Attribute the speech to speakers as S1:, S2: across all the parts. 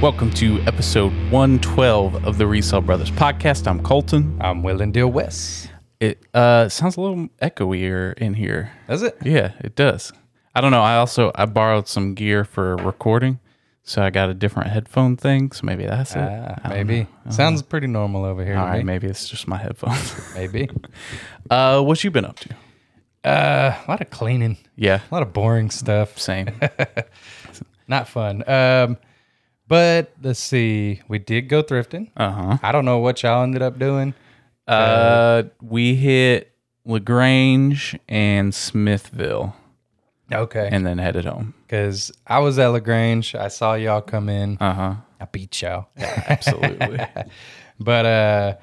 S1: Welcome to episode 112 of the Resell Brothers podcast. I'm Colton.
S2: I'm willing deal Wes.
S1: It uh, sounds a little echoier in here.
S2: That's it.
S1: Yeah, it does. I don't know. I also I borrowed some gear for recording, so I got a different headphone thing. So maybe that's it.
S2: Ah, maybe. Sounds pretty normal over here.
S1: All
S2: to
S1: right,
S2: me.
S1: maybe it's just my headphones.
S2: Maybe.
S1: uh, what you been up to?
S2: Uh, a lot of cleaning,
S1: Yeah,
S2: a lot of boring stuff.
S1: same.
S2: Not fun. Um, but let's see. We did go thrifting.
S1: Uh-huh.
S2: I don't know what y'all ended up doing.
S1: Uh, we hit Lagrange and Smithville,
S2: Okay.
S1: and then headed home.
S2: Because I was at Lagrange. I saw y'all come in.
S1: Uh huh.
S2: I beat y'all.
S1: Absolutely.
S2: But uh,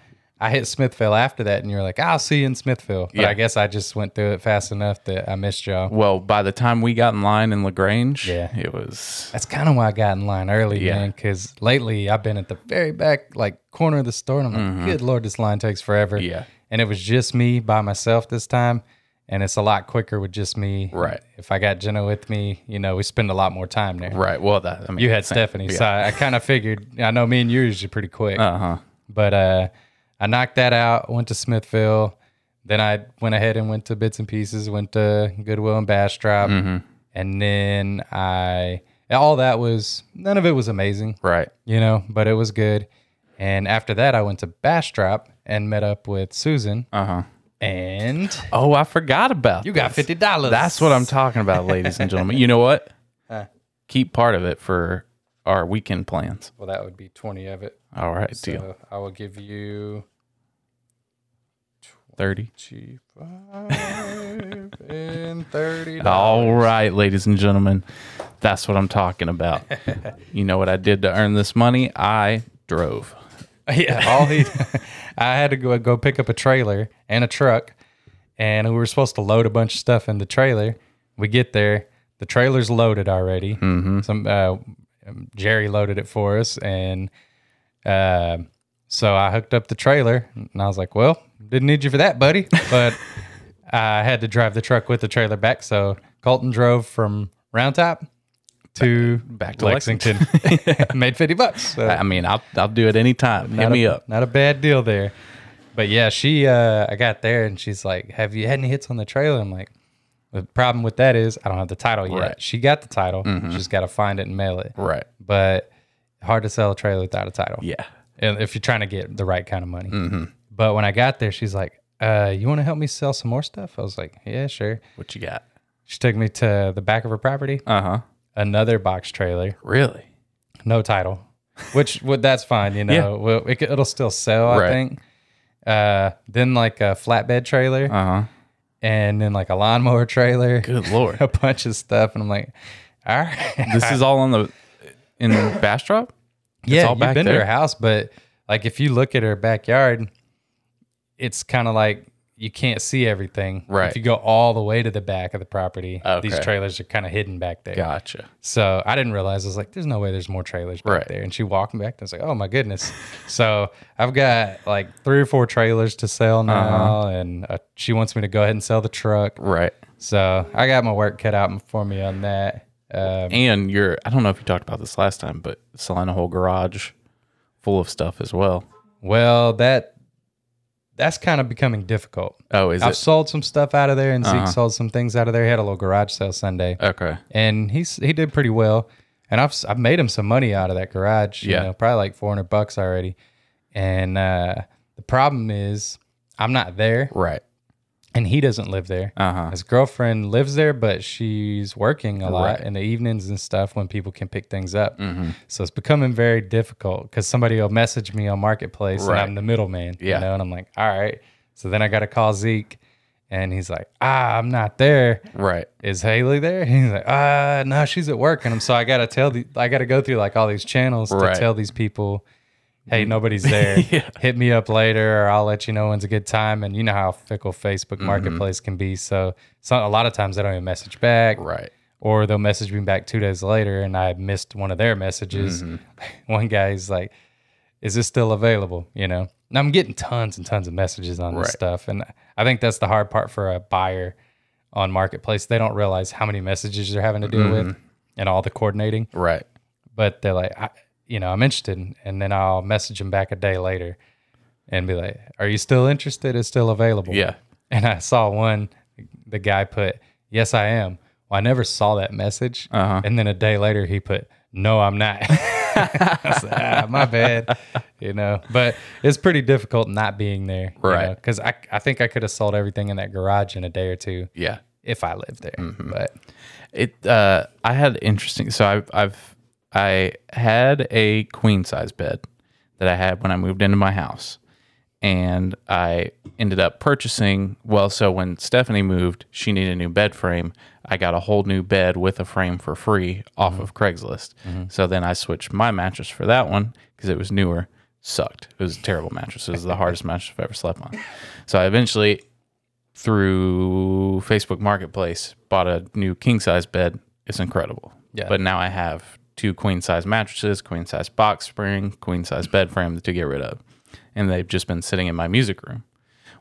S2: I hit Smithville after that, and you were like, "I'll see you in Smithville." But
S1: Yeah.
S2: I guess I just went through it fast enough that I missed y'all.
S1: well, by the time we got in line in Lagrange,
S2: Yeah.
S1: it was
S2: That's kind of why I got in line early,
S1: Yeah.
S2: yeah. Because lately I've been at the very back, like corner of the store, and I'm like, "Good lord, this line takes forever."
S1: Mm-hmm. Yeah.
S2: and it was just me by myself this time, and it's a lot quicker with just me.
S1: Right.
S2: If I got Jenna with me, you know, we spend a lot more time there.
S1: right. Well, that I mean,
S2: You had Stephanie, so I, I kind of figured. I know me and you are usually pretty quick.
S1: uh huh.
S2: But uh, I knocked that out, went to Smithville. Then I went ahead and went to Bits and Pieces, went to Goodwill and Bastrop. And then I, all that was, none of it was amazing,
S1: Right.
S2: you know, but it was good. And after that, I went to Bastrop and met up with Susan.
S1: Uh huh.
S2: And
S1: Oh, I forgot about
S2: Uh-huh. you got
S1: this.
S2: $50.
S1: That's what I'm talking about, ladies and gentlemen. You know what? Keep part of it for our weekend plans.
S2: Well, that would be 20 of it.
S1: All right, deal.
S2: So I will give you uh,
S1: Thirty.
S2: 25 and 30
S1: All right, ladies and gentlemen, that's what I'm talking about. you know what I did to earn this money? I drove.
S2: Yeah, all he. I had to go go pick up a trailer and a truck, and we were supposed to load a bunch of stuff in the trailer. We get there, the trailer's loaded already. Some uh, Jerry loaded it for us, and uh, so I hooked up the trailer, and I was like, "Well, didn't need you for that, buddy," but I had to drive the truck with the trailer back. So Colton drove from Round Top to back,
S1: to
S2: Lexington, made fifty bucks. So-
S1: I mean, I'll I'll do it anytime. Hit
S2: not
S1: me
S2: a,
S1: up.
S2: Not a bad deal there. But yeah, she uh I got there and she's like, Have you had any hits on the trailer? I'm like, the problem with that is I don't have the title yet.
S1: Right. Mm-hmm.
S2: She got the title. She's gotta find it and mail it.
S1: Right.
S2: But hard to sell a trailer without a title.
S1: Yeah. Mm-hmm.
S2: And if you're trying to get the right kind of money. But when I got there, she's like, uh, you wanna help me sell some more stuff? I was like, Yeah, sure.
S1: What you got?
S2: She took me to the back of her property,
S1: Uh huh.
S2: another box trailer,
S1: Really?
S2: no title, which well, that's fine. You know,
S1: Yeah.
S2: well, it, it'll still sell.
S1: Right.
S2: I think. Uh, then like a flatbed trailer,
S1: Uh huh.
S2: and then like a lawnmower trailer,
S1: Good lord.
S2: a bunch of stuff, and I'm like, all right,
S1: this is all on the in Bastrop.
S2: yeah,
S1: all
S2: you've
S1: back
S2: been to
S1: there.
S2: her house, but like if you look at her backyard, it's kind of like you can't see everything.
S1: Right.
S2: If you go all the way to the back of the property, these
S1: Okay.
S2: trailers are kind of hidden back there.
S1: Gotcha.
S2: So I didn't realize. I was like, "There's no way there's more trailers back
S1: Right.
S2: there." And she walked me back. And I was like, "Oh my goodness!" so I've got like three or four trailers to sell now,
S1: Uh-huh.
S2: and uh, she wants me to go ahead and sell the truck.
S1: Right.
S2: So I got my work cut out for me on that. Um,
S1: And you're I don't know if you talked about this last time, but selling a whole garage full of stuff as well.
S2: well, that that's kind of becoming difficult.
S1: Oh, is
S2: I've
S1: it? Uh-huh.
S2: sold some stuff out of there, and Zeke sold some things out of there. He had a little garage sale Sunday.
S1: Okay.
S2: and he's he did pretty well. And I've s- I've made him some money out of that garage.
S1: Yeah.
S2: you know, probably like four hundred bucks already. And uh, the problem is I'm not there,
S1: Right.
S2: and he doesn't live there.
S1: Uh-huh.
S2: His girlfriend lives there, but she's working a lot
S1: Right. Mm-hmm.
S2: in the evenings and stuff when people can pick things up. So it's becoming very difficult because somebody will message me on Marketplace
S1: Right.
S2: and I'm the middleman.
S1: Yeah.
S2: You know, and I'm like, all right. So then I got to call Zeke and he's like, ah, I'm not there
S1: Right.
S2: is Haley there? He's like, ah, no, she's at work, and I'm so I gotta tell the, I gotta go through like all these channels
S1: Right.
S2: to tell these people, hey, nobody's there.
S1: Yeah.
S2: Hit me up later, or I'll let you know when's a good time. And you know how fickle Facebook
S1: Mm-hmm.
S2: Marketplace can be, so so a lot of times they don't even message back,
S1: Right.
S2: or they'll message me back two days later, and I missed one of their messages.
S1: Mm-hmm.
S2: one guy's like, is this still available? You know, and I'm getting tons and tons of messages on
S1: Right.
S2: this stuff, and I think that's the hard part for a buyer on marketplace. They don't
S1: Mm-hmm.
S2: realize how many messages they're having to deal with and all the coordinating.
S1: Right.
S2: But they're like, I, you know, I'm interested. And then I'll message him back a day later and be like, Are you still interested? It's still available.
S1: Yeah.
S2: And I saw one, the guy put, Yes, I am. Well, I never saw that message.
S1: Uh-huh.
S2: And then a day later, he put, No, I'm not. I was like, ah, my bad. You know, but it's pretty difficult not being there.
S1: Right.
S2: Because I, I think I could have sold everything in that garage in a day or two
S1: Yeah.
S2: if I lived there.
S1: Mm-hmm.
S2: But
S1: It uh I had interesting so I've I've I had a queen size bed that I had when I moved into my house. And I ended up purchasing well, so when Stephanie moved, she needed a new bed frame. I got a whole new bed with a frame for free off of Craigslist. So then I switched my mattress for that one because it was newer. Sucked. It was a terrible mattress. It was the hardest mattress I've ever slept on. So I eventually through Facebook Marketplace, bought a new king size bed. It's incredible.
S2: Yeah.
S1: But now I have two queen size mattresses, queen size box spring, queen size bed frame to get rid of. And they've just been sitting in my music room.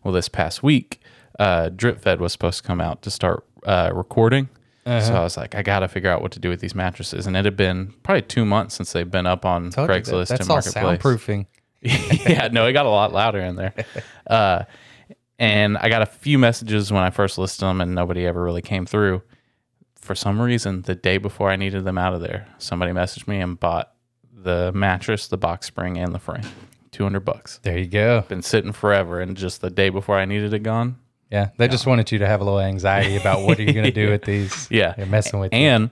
S1: Well, this past week, uh, Drip Fed was supposed to come out to start uh, recording.
S2: Uh-huh.
S1: So I was like, I got to figure out what to do with these mattresses. And it had been probably two months since they've been up on
S2: told you that.
S1: Craigslist
S2: that's
S1: and
S2: all
S1: Marketplace
S2: soundproofing.
S1: yeah, no, it got a lot louder in there. Uh, and I got a few messages when I first listed them, and nobody ever really came through. For some reason, the day before I needed them out of there, somebody messaged me and bought the mattress, the box spring, and the frame. 200 bucks.
S2: There you go.
S1: Been sitting forever, and just the day before I needed it gone.
S2: Yeah, they just wanted you to have a little anxiety about what are you going to do with these.
S1: Yeah.
S2: they're messing with you.
S1: And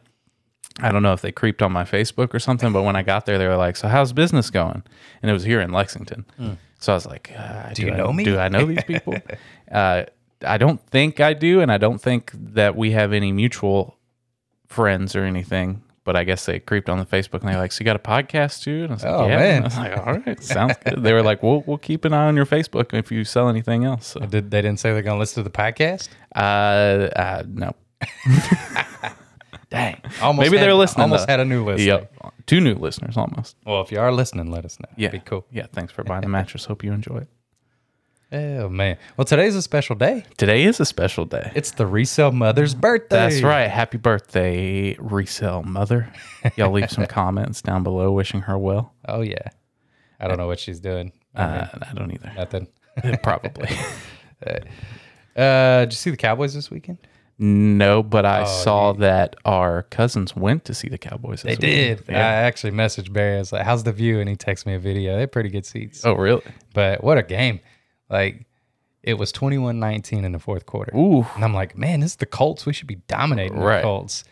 S1: I don't know if they creeped on my Facebook or something, but when I got there, they were like, "So how's business going?" And it was here in Lexington, so I was like, uh, "Do,
S2: Hmm. you
S1: I-
S2: know me?"
S1: Do I know these people?" uh, I don't think I do, and I don't think that we have any mutual friends or anything. But I guess they creeped on the Facebook and they're like, "So you got a podcast too?" And I was like,
S2: Oh,
S1: "Yeah." And
S2: man.
S1: I was like, "All right, sounds good." They were like, "We'll we'll keep an eye on your Facebook if you sell anything else." So,
S2: Did they didn't say they're going to listen to the podcast?
S1: uh, uh, no,
S2: Dang, almost.
S1: Maybe
S2: had-
S1: they're listening,
S2: Almost
S1: though.
S2: had a new listener.
S1: yep, two new listeners almost.
S2: Well, if you are listening, let us know.
S1: Yeah.
S2: be cool.
S1: Yeah. Thanks for buying the mattress. Hope you enjoy it.
S2: Oh man. Well, today's a special day.
S1: Today is a special day.
S2: It's the resale mother's birthday.
S1: That's right. Happy birthday, resale mother. Y'all leave some comments down below wishing her well.
S2: Oh yeah. I don't know what she's doing.
S1: Uh, I don't either.
S2: Nothing.
S1: Probably.
S2: Uh, did you see the Cowboys this weekend?
S1: no, but I saw that our cousins went to see the Cowboys. They
S2: I actually messaged Barry. I was like, "How's the view?" And he texted me a video. They're pretty good seats.
S1: Oh, really?
S2: But what a game. Like it was 21-19 in the fourth quarter.
S1: Ooh.
S2: And I'm like, man, this is the Colts. We should be dominating the
S1: Right.
S2: Colts.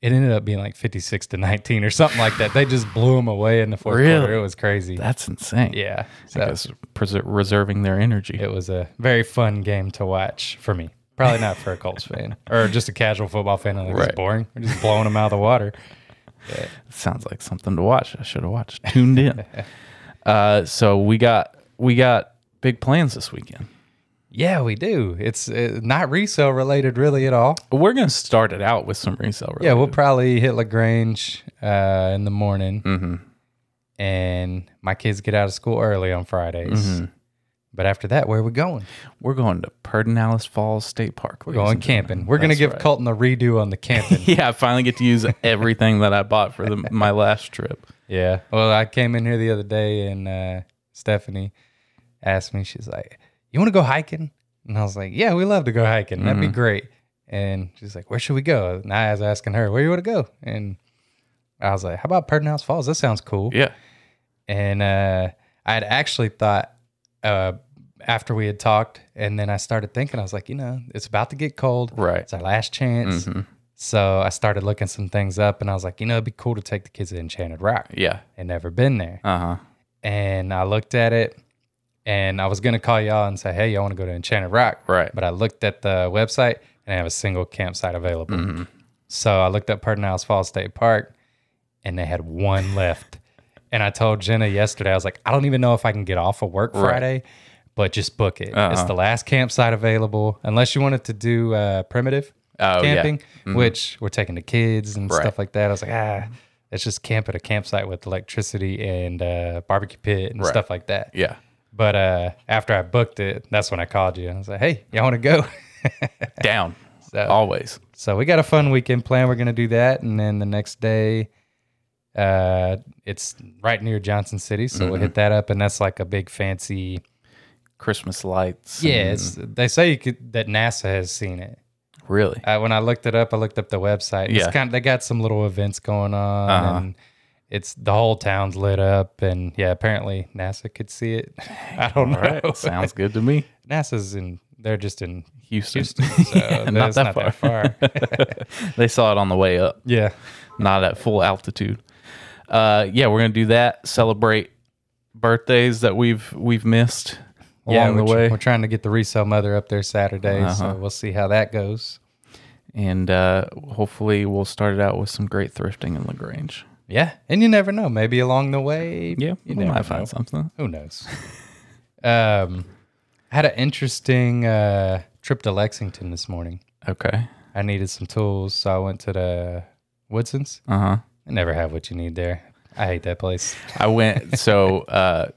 S2: It ended up being like 56 to 19 or something like that. They just blew them away in the fourth
S1: Really?
S2: quarter. It was crazy.
S1: That's insane.
S2: yeah.
S1: I
S2: So
S1: guess preser- reserving their energy.
S2: it was a very fun game to watch for me. Probably not for a Colts fan or just a casual football fan. Like,
S1: Right.
S2: It's boring. We're just blowing them out of the water.
S1: sounds like something to watch. I should have watched. Tuned in. uh, so we got we got big plans this weekend.
S2: Yeah, we do. It's uh, not resale related really at all.
S1: We're gonna start it out with some resale.
S2: Yeah,
S1: related.
S2: we'll probably hit Lagrange uh, in the morning, and my kids get out of school early on Fridays. But after that, where are we going?
S1: we're going to Perdinalis Falls State Park. We're
S2: Going camping. We're gonna give Colton a redo on the camping.
S1: Yeah, I finally get to use everything that I bought for the, my last trip.
S2: yeah. Well, I came in here the other day, and uh, Stephanie asked me. She's like, "You want to go hiking?" And I was like, "Yeah, we love to go hiking. That'd be great." And she's like, "Where should we go?" And I was asking her, "Where you want to go?" And I was like, "How about Perdinalis Falls? That sounds cool."
S1: Yeah.
S2: and uh, I had actually thought uh, after we had talked, and then I started thinking, I was like, you know, it's about to get cold.
S1: Right.
S2: It's our last chance.
S1: Mm-hmm.
S2: So I started looking some things up, and I was like, you know, it'd be cool to take the kids to Enchanted Rock.
S1: Yeah.
S2: They'd never been there.
S1: Uh huh.
S2: And I looked at it, and I was gonna call y'all and say, hey, y'all want to go to Enchanted Rock?
S1: Right.
S2: But I looked at the website, and I have a single campsite available.
S1: Mm-hmm.
S2: So I looked up Pardonals Falls State Park, and they had one left. And I told Jenna yesterday, I was like, I don't even know if I can get off of work Friday, but just book it. It's
S1: Uh-huh.
S2: the last campsite available, unless you wanted to do uh, primitive
S1: Oh, yeah.
S2: camping, which we're taking the kids and
S1: Right.
S2: stuff like that. I was like, ah, let's just camp at a campsite with electricity and uh, barbecue pit and stuff like that.
S1: Yeah.
S2: But uh, after I booked it, that's when I called you. I was like, hey, y'all want to go?
S1: Down.
S2: So-
S1: Always.
S2: So we got a fun weekend plan. We're gonna do that, and then the next day, Uh, it's right near Johnson City, so
S1: Mm-hmm.
S2: we'll hit that up, and that's like a big fancy.
S1: Christmas lights.
S2: Yeah, it's, they say you could, that NASA has seen it.
S1: and- really.
S2: Uh, when I looked it up, I looked up the website. It's
S1: Yeah.
S2: kind of, they got some little events going on,
S1: Uh-huh.
S2: and it's the whole town's lit up, and yeah, apparently NASA could see it. I don't
S1: All right,
S2: know.
S1: sounds good to me.
S2: NASA's in. They're just in.
S1: Houston,
S2: Houston, so
S1: Yeah, not,
S2: that's
S1: that,
S2: not that
S1: far. they saw it on the way up,
S2: Yeah,
S1: not at full altitude. Uh, yeah, we're gonna do that. Celebrate birthdays that we've we've missed
S2: yeah.
S1: along
S2: we're,
S1: the
S2: tr-
S1: way,
S2: we're trying to get the resale mother up there Saturday, so
S1: Uh-huh.
S2: we'll see how that goes.
S1: and uh, hopefully we'll start it out with some great thrifting in Lagrange.
S2: Yeah, and you never know. Maybe along the way,
S1: Yeah, we
S2: you never
S1: might find
S2: know.
S1: something.
S2: Who knows? um, I had an interesting uh, trip to Lexington this morning.
S1: Okay.
S2: I needed some tools, so I went to the Woodson's.
S1: Uh huh.
S2: They never have what you need there. I hate that place.
S1: I went so uh,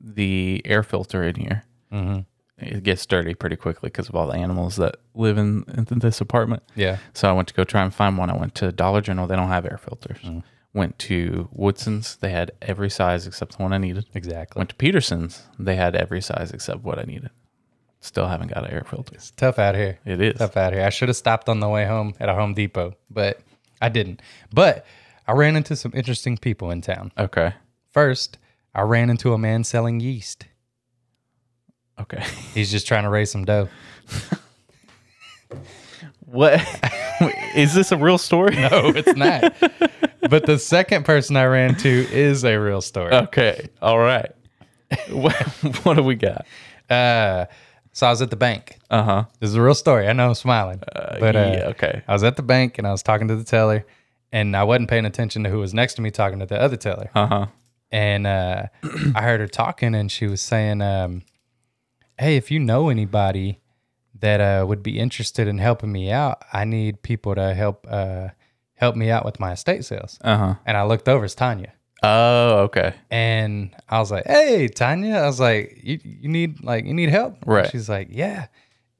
S1: the air filter in here Mm-hmm.
S2: hmm
S1: it gets dirty pretty quickly because of all the animals that live in, in this apartment.
S2: Yeah,
S1: So I went to go try and find one. I went to Dollar General. They don't have air filters.
S2: Mm-hmm.
S1: Went to Woodson's. They had every size except the one I needed.
S2: exactly.
S1: Went to Peterson's. They had every size except what I needed. Still haven't got an air filter.
S2: It's tough out here.
S1: It is.
S2: Tough out here. I should have stopped on the way home at a Home Depot, but I didn't. But I ran into some interesting people in town.
S1: Okay.
S2: First, I ran into a man selling yeast.
S1: Okay.
S2: He's just trying to raise some dough.
S1: What is this a real story?
S2: No, it's not. but the second person I ran to is a real story.
S1: Okay. All right. what, what do we got?
S2: Uh, so I was at the bank.
S1: Uh huh.
S2: This is a real story. I know I'm smiling. but uh,
S1: yeah. Okay.
S2: I was at the bank and I was talking to the teller and I wasn't paying attention to who was next to me talking to the other teller.
S1: Uh huh.
S2: And uh, I heard her talking and she was saying, um, Hey, if you know anybody that uh, would be interested in helping me out, I need people to help uh, help me out with my estate sales.
S1: Uh huh.
S2: And I looked over, it's Tanya.
S1: Oh. Okay.
S2: And I was like, "Hey, Tanya," I was like, "You you need like you need help?"
S1: Right.
S2: She's like, "Yeah."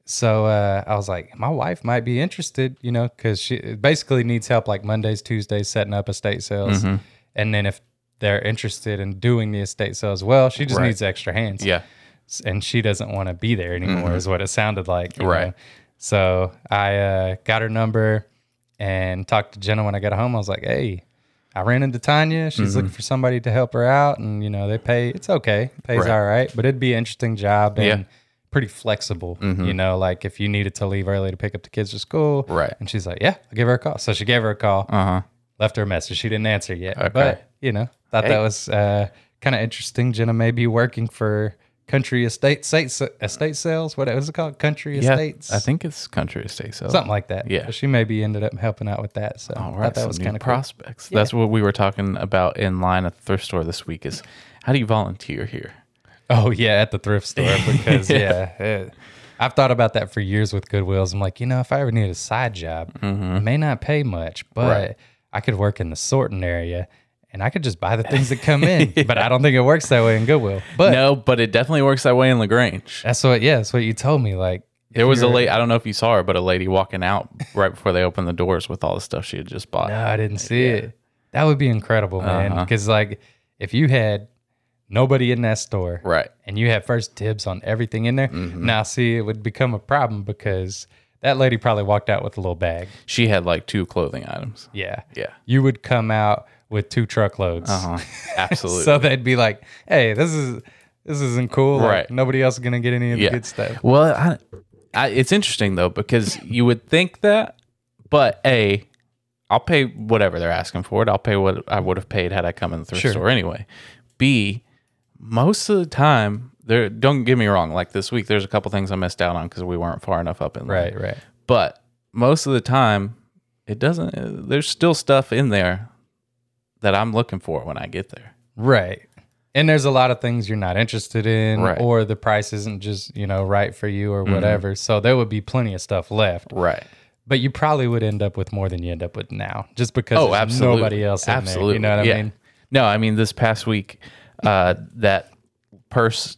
S2: So uh, I was like, "My wife might be interested," you know, because she basically needs help like Mondays, Tuesdays, setting up estate sales,
S1: Mm-hmm.
S2: and then if they're interested in doing the estate sales, well, she just
S1: Right.
S2: needs extra hands
S1: Yeah.
S2: and she doesn't want to be there anymore is what it sounded like you
S1: Mm-hmm. Right.
S2: know? so i uh, got her number and talked to jenna when i got home i was like hey i ran into tanya
S1: Mm-hmm.
S2: she's looking for somebody to help her out and you know they pay it's okay pays
S1: Right.
S2: all right but it'd be an interesting job and
S1: Yeah. Mm-hmm.
S2: pretty flexible you know like if you needed to leave early to pick up the kids from school
S1: Right.
S2: and she's like yeah i'll give her a call so she gave her a call
S1: Uh huh.
S2: left her a message she didn't answer yet
S1: Okay.
S2: but you know thought
S1: Hey.
S2: that was uh, kind of interesting jenna may be working for country estate state, estate sales what was it called country
S1: Yeah.
S2: estates
S1: I think it's country Oh, estate sales.
S2: something like that
S1: Yeah.
S2: But she maybe ended up helping out with that so
S1: All
S2: I
S1: right,
S2: thought that was kind of cool.
S1: prospects. That's what we were talking about in line at the thrift store this week. Is how do you volunteer here?
S2: oh yeah at the thrift store because yeah, it- I've thought about that for years with Goodwills. I'm like, you know, if I ever need a side job, it may not pay much, but
S1: Mm-hmm. Right.
S2: I could work in the sorting area and I could just buy the things that come in. But I don't think it works that way in Goodwill. But
S1: no, but it definitely works that way in Lagrange.
S2: That's what, yeah, that's what you told me. Like,
S1: There was a
S2: you're-
S1: lady. I don't know if you saw her, but a lady walking out right before they opened the doors with all the stuff she had just bought.
S2: no, I didn't see it. That would be incredible, man.
S1: Uh-huh.
S2: Because, like, if you had nobody in that store
S1: Right. Mm-hmm.
S2: and you had first dibs on everything in there, now see, it would become a problem because that lady probably walked out with a little bag.
S1: She had like two clothing items.
S2: Yeah.
S1: Yeah.
S2: You would come out with two truckloads.
S1: Uh-huh. Absolutely.
S2: So they'd be like, hey, this is. This isn't cool. Like,
S1: Right.
S2: nobody else is gonna get any of the
S1: yeah.
S2: good stuff.
S1: Well, I, I, it's interesting though because you would think that, but a, I'll pay whatever they're asking for it. I'll pay what I would have paid had I come in the thrift
S2: Sure.
S1: store anyway. B, most of the time, there. Don't get me wrong. Like this week, there's a couple things I missed out on because we weren't far enough up in line.
S2: Right, right.
S1: But most of the time, it doesn't. uh, There's still stuff in there that I'm looking for when I get there.
S2: Right. And there's a lot of things you're not interested in,
S1: Right. Mm-hmm.
S2: or the price isn't just, you know, right for you or whatever. So there would be plenty of stuff left.
S1: Right.
S2: But you probably would end up with more than you end up with now, just because
S1: Oh,
S2: there's
S1: absolutely.
S2: nobody else in
S1: absolutely.
S2: there. You know what
S1: Yeah.
S2: I mean?
S1: No, I mean this past week, uh, that purse,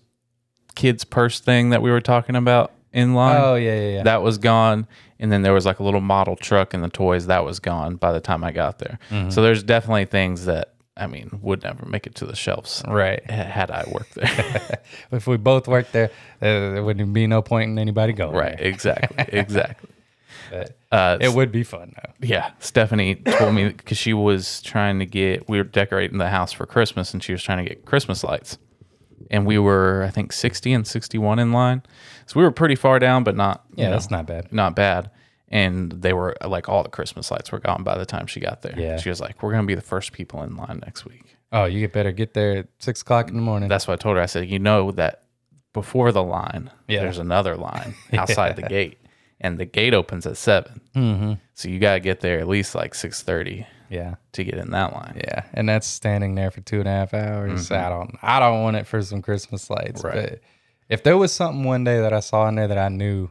S1: kids purse thing that we were talking about in line,
S2: Oh, yeah, yeah, yeah.
S1: that was gone, and then there was
S2: Mm-hmm.
S1: like a little model truck and the toys that was gone by the time I got there. So there's definitely things that I mean, would never make it to the shelves
S2: Right.
S1: ha- had I worked there.
S2: If we both worked there, uh, there wouldn't be no point in anybody going.
S1: right. Exactly. Exactly.
S2: there. But
S1: Uh,
S2: it would be fun though.
S1: yeah. Stephanie told me because she was trying to get, we were decorating the house for Christmas and she was trying to get Christmas lights. And we were, I think, 60 and 61 in line. So we were pretty far down, but not, you
S2: Yeah,
S1: know,
S2: that's not bad.
S1: not bad. And they were like, all the Christmas lights were gone by the time she got there.
S2: Yeah.
S1: She was like, we're going to be the first people in line next week.
S2: Oh, you get better get there at six o'clock in the morning.
S1: That's what I told her. I said, you know that before the line,
S2: Yeah.
S1: there's another line outside the gate, and the gate opens at 7 Mm-hmm. So you gotta get there at least like six thirty
S2: yeah,
S1: to get in that line.
S2: yeah, and that's standing there for two and a half hours. I don't, I don't want it for some Christmas lights.
S1: Mm-hmm. Right.
S2: But if there was something one day that I saw in there that I knew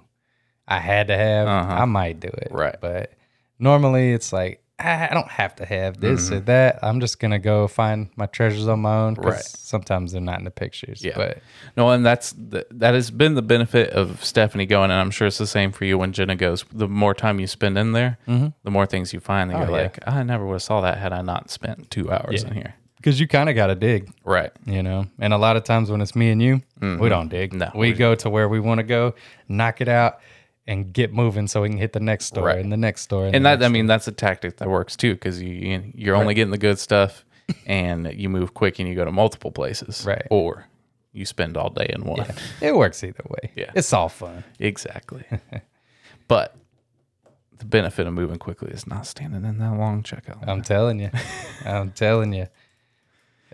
S2: I had to have, I might do it.
S1: Uh-huh. Right.
S2: but normally it's like. I I don't have to have this or that. I'm just gonna go find my treasures on my own. 'cause
S1: Mm-hmm. Right.
S2: Sometimes they're not in the pictures.
S1: Yeah.
S2: But
S1: No, and that's the, that has been the benefit of Stephanie going, and I'm sure it's the same for you when Jenna goes. The more time you spend in there, the more things you find. That you're
S2: yeah.
S1: like, I never would have saw that had I not spent two hours in here.
S2: because you kind of gotta dig.
S1: Right.
S2: you know and a lot of times when it's me and you we don't dig
S1: Mm-hmm. No,
S2: we go to where we want to go knock it out and get moving so we can hit the next store
S1: Right.
S2: and the next store
S1: And that, I mean, that's a tactic that works too, because you- you you're only getting the good stuff, and you move quick and you go to multiple places,
S2: Right.
S1: Or you spend all day in one.
S2: it works either way
S1: Yeah.
S2: it's all fun
S1: Exactly. but the benefit of moving quickly is not standing in that long checkout. line.
S2: i'm telling you i'm telling you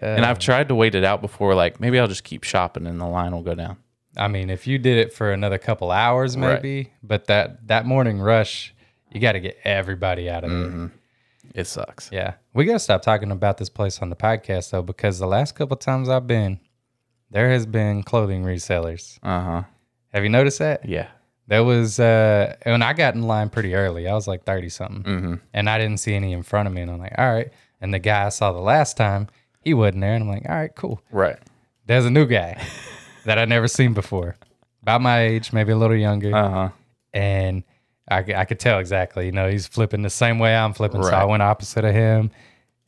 S1: and I've tried to wait it out before, like maybe I'll just keep shopping and the line will go down.
S2: i mean if you did it for another couple hours
S1: Right.
S2: maybe but that that morning rush you got to get everybody out of there
S1: Mm-hmm. It sucks.
S2: Yeah. We got to stop talking about this place on the podcast, though, because the last couple times I've been, there has been clothing resellers.
S1: Uh huh.
S2: Have you noticed that?
S1: Yeah.
S2: There was, uh, when I got in line pretty early, I was like 30 something,
S1: Mm-hmm.
S2: and I didn't see any in front of me. And I'm like, all right. And the guy I saw the last time, he wasn't there. And I'm like, all right, cool.
S1: Right.
S2: There's a new guy that I'd never seen before, about my age, maybe a little younger
S1: Uh huh.
S2: and I, c- I could tell exactly. You know, he's flipping the same way I'm flipping, so I
S1: Right.
S2: went opposite of him.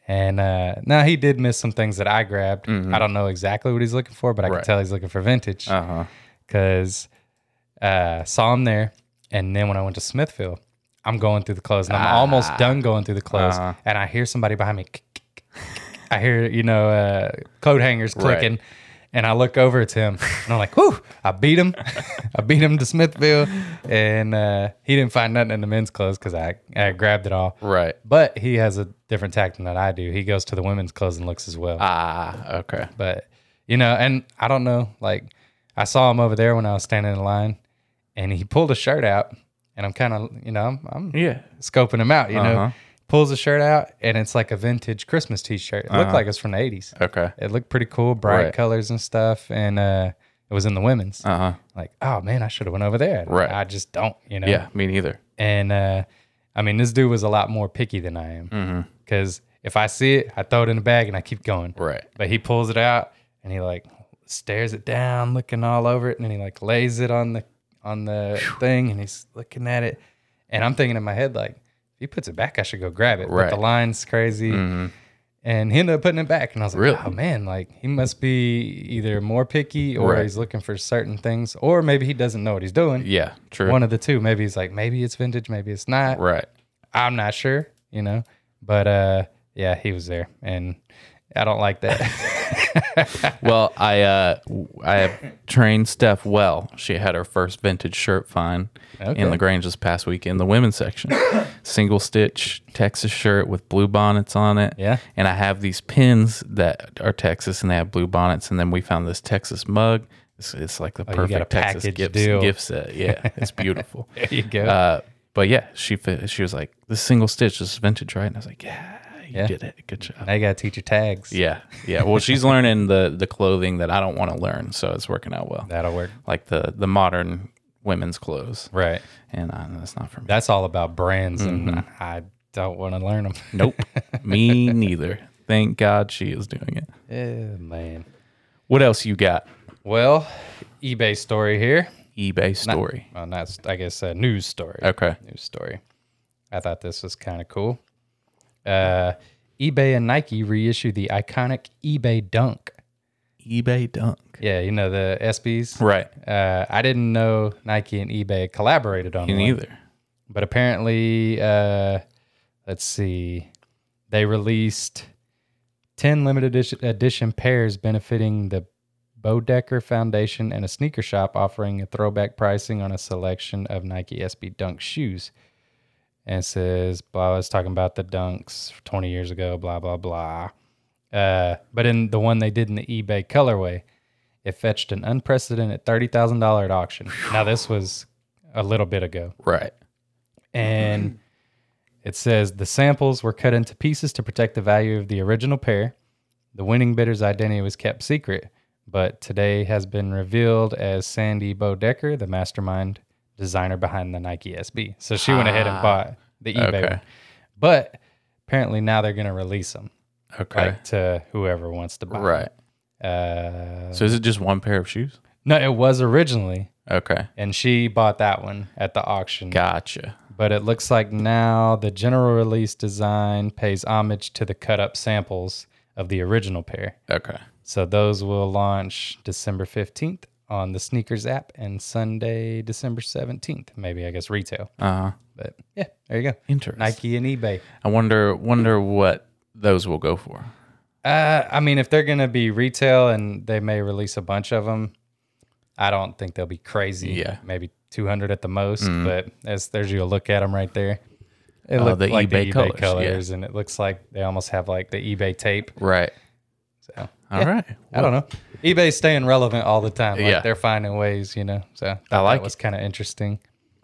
S2: And uh, now he did miss some things that I grabbed. I don't know exactly what he's looking for, but I
S1: Mm-hmm. Right.
S2: could tell he's looking for vintage
S1: Uh huh.
S2: because uh, saw him there. And then when I went to Smithfield, I'm going through the clothes, and I'm almost done going through the clothes,
S1: Ah. Uh-huh.
S2: and I hear somebody behind me. I hear you know uh, coat hangers
S1: Right.
S2: clicking, and I look over at him, and I'm like, "Whoo! I beat him! I beat him to Smithfield!" And uh, he didn't find nothing in the men's clothes because I, I grabbed it all.
S1: Right.
S2: But he has a different tactic than I do. He goes to the women's clothes and looks as well
S1: Ah. Okay.
S2: but you know, and I don't know, like I saw him over there when I was standing in line, and he pulled a shirt out, and I'm kind of, you know, I'm, I'm
S1: Yeah.
S2: scoping him out, you
S1: Uh-huh.
S2: know, pulls a shirt out, and it's like a vintage Christmas T-shirt. It looked like it's from the '80s.
S1: Okay.
S2: It looked pretty cool, bright
S1: Right.
S2: colors and stuff, and uh, it was in the women's.
S1: Uh huh.
S2: Like, oh man, I should have went over there.
S1: Right.
S2: I just don't, you know.
S1: Yeah. Me neither.
S2: And uh, I mean, this dude was a lot more picky than I
S1: Mm-hmm.
S2: am, because if I see it, I throw it in the bag and I keep going.
S1: Right.
S2: But he pulls it out and he like stares it down, looking all over it, and then he like lays it on the on the thing and he's looking at it. And I'm thinking in my head, like, if he puts it back, I should go grab
S1: Right.
S2: it.
S1: Mm-hmm.
S2: But the line's crazy. And he ended up putting it back. And I was like,
S1: Really?
S2: oh man, like he must be either more picky or
S1: Right.
S2: he's looking for certain things, or maybe he doesn't know what he's doing.
S1: Yeah. True.
S2: One of the two. Maybe he's like, maybe it's vintage, maybe it's not.
S1: Right.
S2: I'm not sure, you know. But uh yeah, he was there. And I don't like that.
S1: well, I uh, w- I have trained Steph well. She had her first vintage shirt find
S2: Okay.
S1: in Lagrange this past week in the women's section. Single stitch Texas shirt with blue bonnets on it.
S2: Yeah.
S1: And I have these pins that are Texas and they have blue bonnets. And then we found this Texas mug. It's, it's like the
S2: Oh, you got a
S1: perfect Texas
S2: package
S1: gift,
S2: deal.
S1: gift set. Yeah. It's beautiful.
S2: There you go.
S1: Uh, but yeah, she fi- she was like, "This single stitch is vintage, right?" And I was like, "Yeah, you did it. Good job."
S2: now you gotta teach your tags.
S1: Yeah, yeah. Well, she's learning the the clothing that I don't want to learn, so it's working out well.
S2: That'll work.
S1: Like the the modern women's clothes,
S2: Right.
S1: and I, that's not for me.
S2: That's all about brands, and
S1: Mm-hmm.
S2: I don't want to learn them.
S1: Nope, me neither. Thank God she is doing it.
S2: Eh, man.
S1: What else you got?
S2: Well, eBay story here.
S1: eBay story.
S2: Well, not st- I guess a news story.
S1: okay.
S2: News story. I thought this was kind of cool. Uh, eBay and Nike reissue the iconic eBay Dunk.
S1: eBay Dunk.
S2: Yeah, you know the SBs.
S1: Right.
S2: Uh, I didn't know Nike and eBay collaborated on
S1: Me
S2: one.
S1: neither.
S2: but apparently uh let's see they released 10 limited edition, edition pairs benefiting the Bodecker Foundation and a sneaker shop offering a throwback pricing on a selection of Nike SB Dunk shoes. And it says, blah, I was talking about the dunks 20 years ago, blah, blah, blah. Uh, but in the one they did in the eBay colorway, it fetched an unprecedented $30,000 at auction. Now, this was a little bit ago
S1: Right. Mm-hmm.
S2: and it says the samples were cut into pieces to protect the value of the original pair. The winning bidder's identity was kept secret, but today has been revealed as Sandy Bodecker, the mastermind designer behind the Nike SB. So she went ahead and
S1: Ah,
S2: bought the eBay
S1: okay.
S2: one. But apparently now they're going to release them
S1: Okay.
S2: like, to whoever wants to buy. 'em.
S1: Right.
S2: Uh,
S1: So is it just one pair of shoes?
S2: no, it was originally,
S1: Okay.
S2: and she bought that one at the auction.
S1: Gotcha.
S2: but it looks like now the general release design pays homage to the cut up samples of the original pair.
S1: Okay.
S2: So those will launch December 15th on the sneakers app and Sunday, December 17th. Maybe I guess retail.
S1: Uh
S2: But yeah, there you go.
S1: interesting.
S2: Nike and eBay.
S1: I wonder wonder what those will go for.
S2: Uh, I mean, if they're going to be retail and they may release a bunch of them, I don't think they'll be crazy.
S1: Yeah. Mm-hmm.
S2: Maybe 200 at the most, but as, there's you a look at them right there. It
S1: Oh,
S2: looks
S1: the
S2: like
S1: eBay
S2: the eBay
S1: colors,
S2: colors,
S1: yeah.
S2: and it looks like they almost have like the eBay tape.
S1: Right.
S2: So
S1: All right.
S2: I don't know. eBay's staying relevant all the time. Like
S1: Yeah.
S2: They're finding ways, you know. So
S1: I like
S2: that was kind of interesting.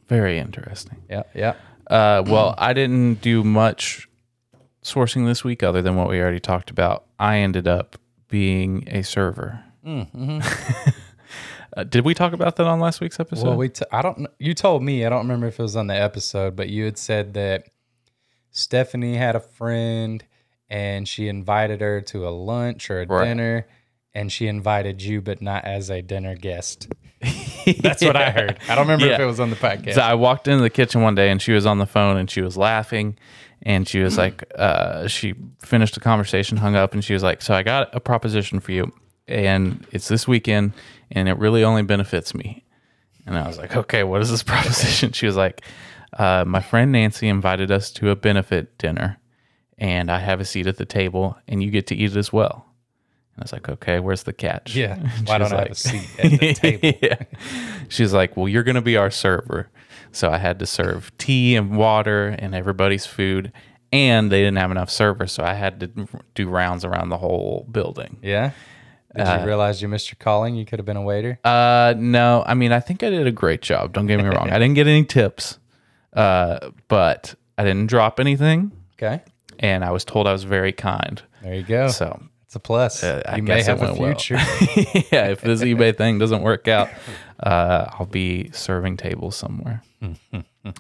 S1: Very interesting.
S2: Yeah. Yeah.
S1: Uh,
S2: Mm.
S1: well, I didn't do much sourcing this week other than what we already talked about. I ended up being a server.
S2: Mm,
S1: uh, did we talk about that on last week's episode?
S2: mm-hmm. Well, we t- I don't kn- you told me, I don't remember if it was on the episode, but you had said that Stephanie had a friend and she invited her to a lunch or a
S1: Right.
S2: dinner and she invited you but not as a dinner guest. That's what I heard. I don't remember if
S1: Yeah.
S2: it was on the podcast.
S1: So I walked into the kitchen one day and she was on the phone and she was laughing and she was like, uh, she finished the conversation, hung up, and she was like, So I got a proposition for you and it's this weekend and it really only benefits me. And I was like, Okay, what is this proposition? She was like, uh, My friend Nancy invited us to a benefit dinner and I have a seat at the table and you get to eat it as well. And I was like, Okay, where's the catch?
S2: Yeah.
S1: And
S2: Why
S1: she was
S2: don't I have a
S1: like-
S2: seat at the table?
S1: yeah. She's like, Well, you're going to be our server. So I had to serve tea and water and everybody's food. And they didn't have enough servers. So I had to do rounds around the whole building.
S2: Yeah. Did you realize you missed your calling? You could have been a waiter.
S1: Uh, no, I mean, I think I did a great job. Don't get me wrong. I didn't get any tips, uh, but I didn't drop anything.
S2: Okay.
S1: And I was told I was very kind.
S2: There you go.
S1: So
S2: It's a plus.
S1: Uh, I
S2: you may
S1: guess it
S2: have a
S1: went well.
S2: future.
S1: yeah, if this eBay thing doesn't work out, uh, I'll be serving tables somewhere.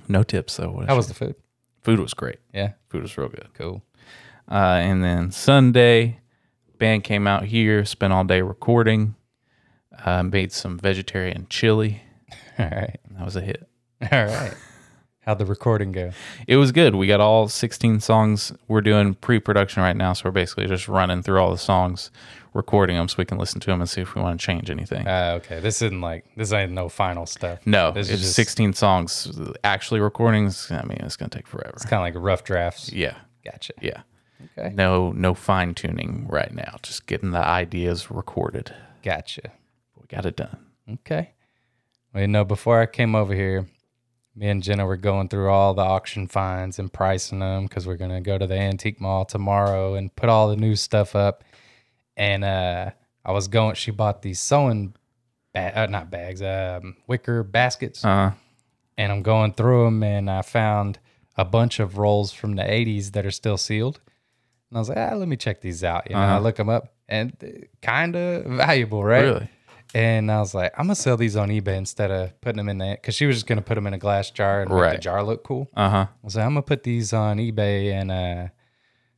S1: no tips though. What
S2: How was the food?
S1: food was great.
S2: Yeah.
S1: Food was real good.
S2: Cool.
S1: Uh, and then Sunday, band came out here, spent all day recording, uh, made some vegetarian chili.
S2: All right.
S1: and That was a hit.
S2: All right. How'd the recording go?
S1: It was good. We got all 16 songs. We're doing pre production right now. So we're basically just running through all the songs, recording them so we can listen to them and see if we want to change anything.
S2: Uh, okay. This isn't like this ain't no final stuff.
S1: No,
S2: this
S1: it's
S2: is just
S1: 16 songs. Actually, recordings. I mean, it's gonna take forever.
S2: It's kind of like rough drafts.
S1: Yeah,
S2: Gotcha.
S1: yeah.
S2: Okay.
S1: No, no fine tuning right now. Just getting the ideas recorded.
S2: Gotcha.
S1: We got it done.
S2: Okay. Well, you know, before I came over here, me and Jenna were going through all the auction finds and pricing them because we're gonna go to the antique mall tomorrow and put all the new stuff up. And uh, I was going. She bought these sewing, ba- uh, not bags, um, wicker baskets.
S1: Uh,
S2: and I'm going through them and I found a bunch of rolls from the 80s that are still sealed. And I was like, ah, let me check these out. You know,
S1: Uh-huh.
S2: I look them up and kind of valuable, right?
S1: Really?
S2: And I was like, I'm going to sell these on eBay instead of putting them in the, because she was just going to put them in a glass jar and make
S1: Right.
S2: the jar look cool.
S1: Uh huh.
S2: I was like, I'm going to put these on eBay and uh,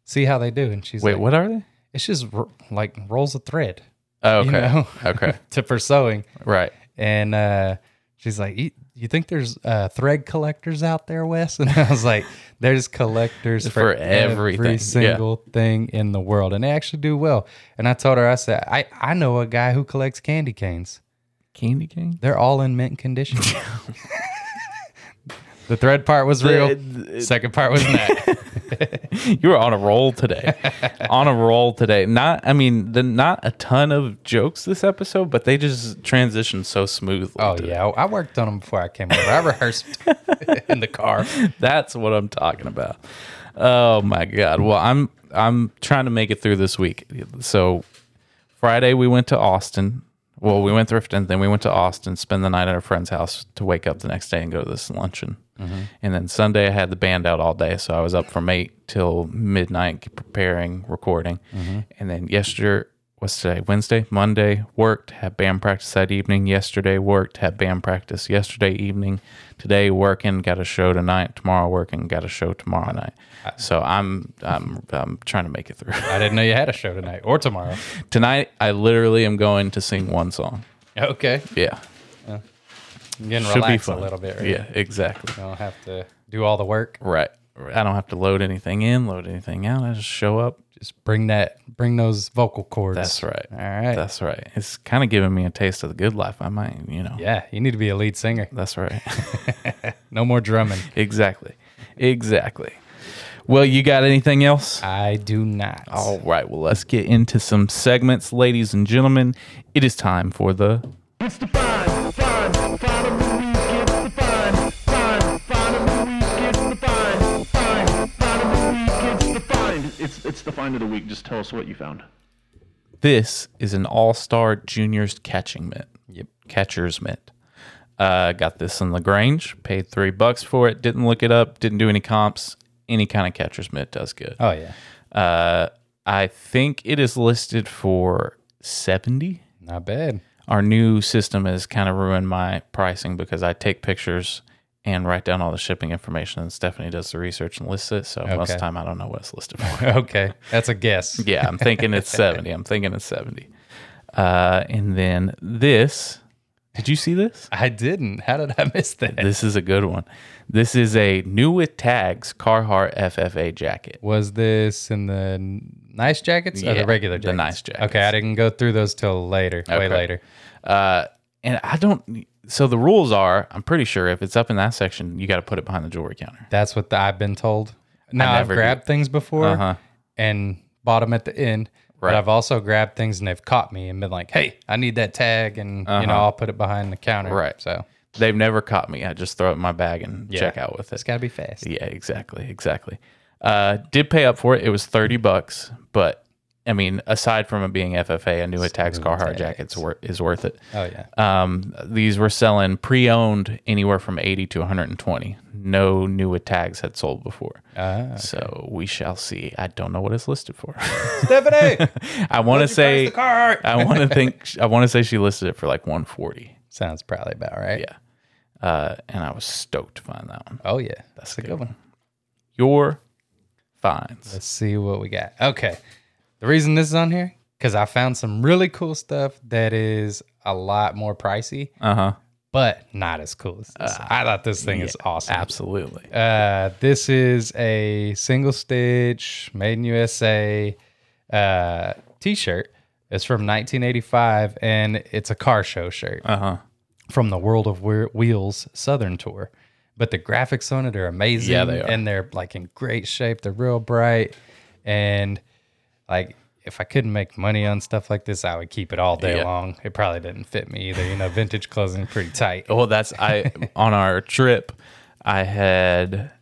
S2: see how they do. And she's
S1: Wait,
S2: like,
S1: what are they?
S2: it's just r- like rolls of thread
S1: Oh, okay.
S2: You know?
S1: okay.
S2: to for sewing.
S1: Right.
S2: And uh, she's like, "You- you think there's uh, thread collectors out there, Wes? And I was like, there's collectors for,
S1: For everything,
S2: every
S1: yeah.
S2: single thing in the world. And they actually do well. And I told her, I said, I, I know a guy who collects candy canes.
S1: Candy cane?
S2: They're all in mint condition. the thread part was real. Second part was not.
S1: You were on a roll today. on a roll today. Not, I mean, the, not a ton of jokes this episode, but they just transitioned so smoothly.
S2: oh
S1: to-
S2: yeah, I worked on them before I came over. I rehearsed in the car.
S1: That's what I'm talking about. Oh my god. Well, I'm I'm trying to make it through this week. So Friday we went to Austin. Well, we went thrifting, then we went to Austin, spend the night at a friend's house to wake up the next day and go to this luncheon. And then Sunday I had the band out all day, so I was up from eight till midnight preparing, recording. And then yesterday what's today? Wednesday, Monday worked, had band practice that evening. Yesterday worked, had band practice yesterday evening. Today working, got a show tonight. Tomorrow working, got a show tomorrow night. So I'm I'm I'm trying to make it through.
S2: I didn't know you had a show tonight or tomorrow.
S1: Tonight I literally am going to sing one song.
S2: Okay,
S1: Yeah.
S2: I'm getting
S1: Should be
S2: relaxed a
S1: fun.
S2: little bit. Right?
S1: Yeah, exactly.
S2: I don't have to do all the work.
S1: Right. I don't have to load anything in, load anything out. I just show up.
S2: Just bring that, bring those vocal cords.
S1: That's right.
S2: All right.
S1: That's right. It's kind of giving me a taste of the good life. I might, you know.
S2: yeah, you need to be a lead singer.
S1: That's right.
S2: No more drumming.
S1: Exactly. Exactly. Well, you got anything else?
S2: I do not.
S1: All right. Well, let's get into some segments, ladies and gentlemen. It is time for the.
S3: It's the fun, fun, fun of the week. It's the fun, fun, fun of the week. It's the fun, fun, fun of the week. It's the fun. It's it's the find of the week. Just tell us what you found.
S1: This is an all-star juniors catching mitt. Yep. Catcher's mitt. Uh, got this in Lagrange. Paid three bucks for it. Didn't look it up. Didn't do any comps. Any kind of catcher's mitt does good.
S2: Oh yeah,
S1: Uh, I think it is listed for seventy.
S2: not bad.
S1: our new system has kind of ruined my pricing because I take pictures and write down all the shipping information, and Stephanie does the research and lists it. So most of the
S2: Okay.
S1: time, I don't know what it's listed for.
S2: Okay, that's a guess.
S1: yeah, I'm thinking it's seventy. I'm thinking it's seventy. Uh, and then this. Did you see this?
S2: I didn't. How did I miss that?
S1: This is a good one. This is a new with tags Carhartt FFA jacket.
S2: Was this in the nice jackets or
S1: Yeah,
S2: the regular
S1: the
S2: jackets?
S1: nice jackets.
S2: Okay, I didn't go through those till later, way
S1: Okay.
S2: later.
S1: Uh, and I don't. So the rules are, I'm pretty sure if it's up in that section, you got to put it behind the jewelry counter.
S2: That's what I've been told. Now I've
S1: never
S2: grabbed things before
S1: Uh-huh.
S2: and bought them at the end.
S1: Right.
S2: But I've also grabbed things and they've caught me and been like, "Hey, I need that tag," and you know, I'll put it behind the counter.
S1: Uh-huh. Right.
S2: So
S1: They've never caught me. I just throw it in my bag and check out with it.
S2: it's got to be fast.
S1: Yeah, exactly, exactly. Uh, did pay up for it. It was thirty bucks, but I mean, aside from it being FFA, a new attacks Carhartt jackets wor- is worth it.
S2: Oh yeah.
S1: Um, these were selling pre-owned anywhere from eighty to one hundred and twenty. No new tags had sold before,
S2: Uh,
S1: so we shall see. I don't know what it's listed for.
S2: Stephanie,
S1: I want to say
S2: the car.
S1: I want to think I want to say she listed it for like one forty.
S2: Sounds probably about right.
S1: Yeah. Uh, and I was stoked to find that one.
S2: Oh yeah, that's a good one.
S1: Your finds.
S2: Let's see what we got. Okay. The reason this is on here, because I found some really cool stuff that is a lot more pricey,
S1: Uh huh.
S2: but not as cool as this.
S1: Uh,
S2: I thought this thing is awesome.
S1: Absolutely.
S2: Uh, this is a single stitch made in USA uh, t shirt. It's from 1985 and it's a car show shirt
S1: Uh huh.
S2: from the World of Whe- Wheels Southern Tour. But the graphics on it are amazing.
S1: Yeah, they are.
S2: And they're like in great shape. They're real bright. And like, if I couldn't make money on stuff like this, I would keep it all day
S1: Yeah.
S2: long. It probably didn't fit me either. You know, vintage clothing is pretty tight.
S1: Well, that's I on our trip. I had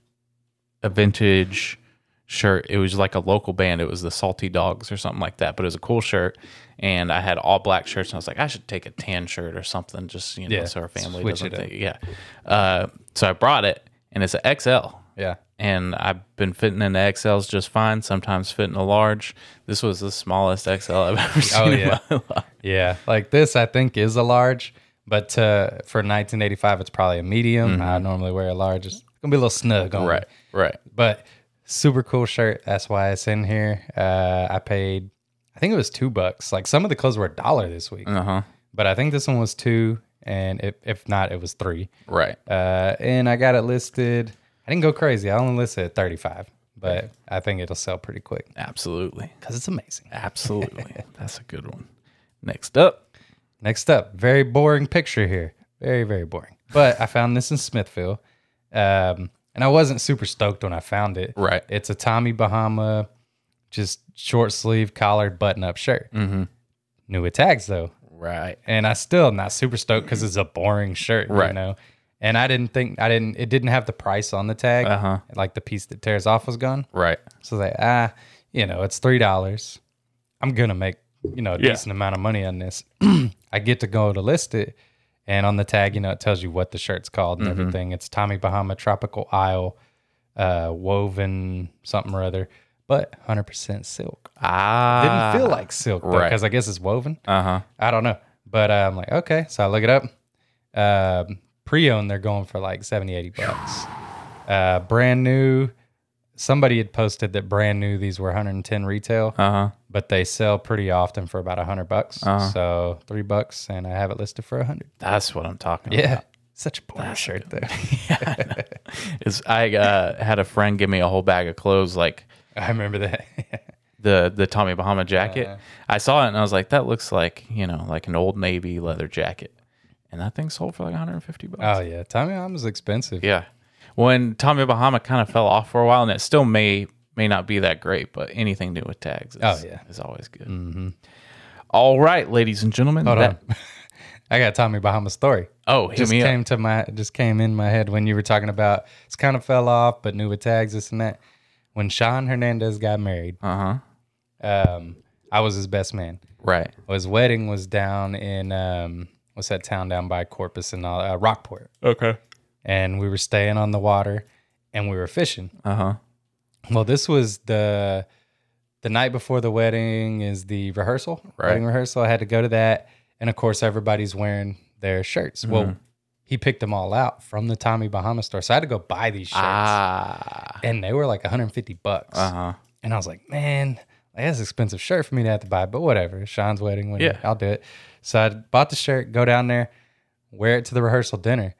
S1: a vintage shirt. It was like a local band. It was the Salty Dogs or something like that. But it was a cool shirt, and I had all black shirts. And I was like, I should take a tan shirt or something, just you know,
S2: Yeah,
S1: so our family
S2: switch
S1: doesn't
S2: it up.
S1: think. Yeah. Uh, so I brought it, and it's an XL.
S2: Yeah.
S1: and I've been fitting into XLs just fine. Sometimes fitting a large. This was the smallest XL I've ever seen.
S2: Oh,
S1: in
S2: yeah.
S1: my life.
S2: Yeah. Like this, I think, is a large. But uh, for 1985, it's probably a medium. I normally wear a large. It's going to be a little snug on
S1: Mm-hmm.
S2: me.
S1: Right, right.
S2: but super cool shirt. That's why it's in here. Uh, I paid, I think it was two bucks. Like some of the clothes were a dollar this week,
S1: Uh huh.
S2: but I think this one was two, and if, if not, it was three.
S1: Right.
S2: Uh, and I got it listed. I didn't go crazy. I only listed at 35, but I think it'll sell pretty quick
S1: Absolutely.
S2: because it's amazing.
S1: Absolutely. That's a good one. Next up.
S2: Next up, very boring picture here. Very, very boring. But I found this in Smithville. Um, and I wasn't super stoked when I found it.
S1: Right.
S2: It's a Tommy Bahama, just short sleeve, collared, button up shirt. Mm-hmm. New with tags, though.
S1: Right.
S2: And I still am not super stoked because it's a boring shirt, you
S1: Right.
S2: know? And I didn't think, I didn't, it didn't have the price on the tag.
S1: Uh-huh.
S2: Like the piece that tears off was gone.
S1: Right.
S2: So they ah, you know, it's three dollars. I'm gonna make you know a
S1: Yeah.
S2: decent amount of money on this. I get to go to list it, and on the tag, you know, it tells you what the shirt's called and
S1: Mm-hmm.
S2: everything. It's Tommy Bahama Tropical Isle, uh, woven something or other, but 100 percent silk. Didn't
S1: Ah.
S2: feel like silk
S1: right.
S2: because I guess it's woven.
S1: Uh huh.
S2: I don't know, but uh, I'm like okay, so I look it up. Um pre-owned, they're going for like 70, 80 bucks. Uh, brand new. Somebody had posted that brand new these were 110 retail,
S1: Uh huh.
S2: but they sell pretty often for about 100 bucks. So three bucks, and I have it listed for 100.
S1: That's what I'm talking about.
S2: Yeah, such a boring shirt though.
S1: Is I uh, had a friend give me a whole bag of clothes like
S2: I remember that.
S1: the the Tommy Bahama jacket.
S2: Uh-huh.
S1: I saw it and I was like, that looks like you know like an old navy leather jacket, and that thing sold for like 150 bucks.
S2: oh yeah, Tommy Bahama's expensive.
S1: Yeah. When Tommy Bahama kind of fell off for a while, and it still may may not be that great, but anything new with tags is,
S2: Oh, yeah. Mm-hmm.
S1: is always good. All right, ladies and gentlemen.
S2: Hold
S1: that-
S2: on. I got a Tommy Bahama story.
S1: Oh, hit
S2: just
S1: me
S2: came
S1: up.
S2: to my just came in my head when you were talking about it's kind of fell off, but new with tags, this and that. When Sean Hernandez got married,
S1: Uh huh.
S2: um, I was his best man.
S1: Right.
S2: His wedding was down in um, what's that town down by Corpus and all, uh, Rockport,
S1: Okay.
S2: and we were staying on the water, and we were fishing.
S1: Uh huh.
S2: Well, this was the the night before the wedding is the rehearsal,
S1: Right.
S2: wedding rehearsal. I had to go to that, and of course, everybody's wearing their shirts.
S1: Mm-hmm.
S2: Well, he picked them all out from the Tommy Bahama store, so I had to go buy these shirts,
S1: Ah.
S2: and they were like 150 bucks.
S1: Uh huh.
S2: And I was like, man, that's an expensive shirt for me to have to buy, but whatever. Sean's wedding, whatever.
S1: Yeah.
S2: I'll do it. So I bought the shirt, go down there, wear it to the rehearsal dinner.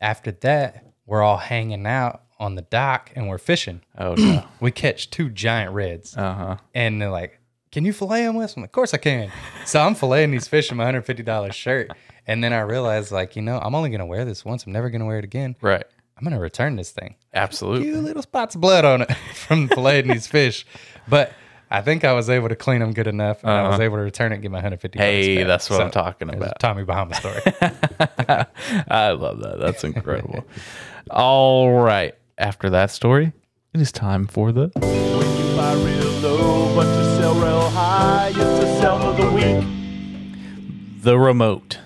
S2: After that, we're all hanging out on the dock and we're fishing.
S1: Oh no.
S2: We catch two giant reds,
S1: uh huh.
S2: and they're like, "Can you fillet them, Wes?" I'm like, "Of course I can." so I'm filleting these fish in my 150 dollars shirt, and then I realized, like, you know, I'm only gonna wear this once. I'm never gonna wear it again.
S1: Right.
S2: I'm gonna return this thing.
S1: Absolutely.
S2: Few little spots of blood on it from filleting these fish, but I think I was able to clean them good enough, and I was able to return it, and get my 150.
S1: Uh-huh. Hey,
S2: back.
S1: that's what
S2: So
S1: I'm talking
S2: it's a
S1: about.
S2: Tommy Bahama story.
S1: I love that. That's incredible. All right. After that story, it is time for the
S3: You buy real low, but you sell real high. It's a sell of the week.
S1: the remote,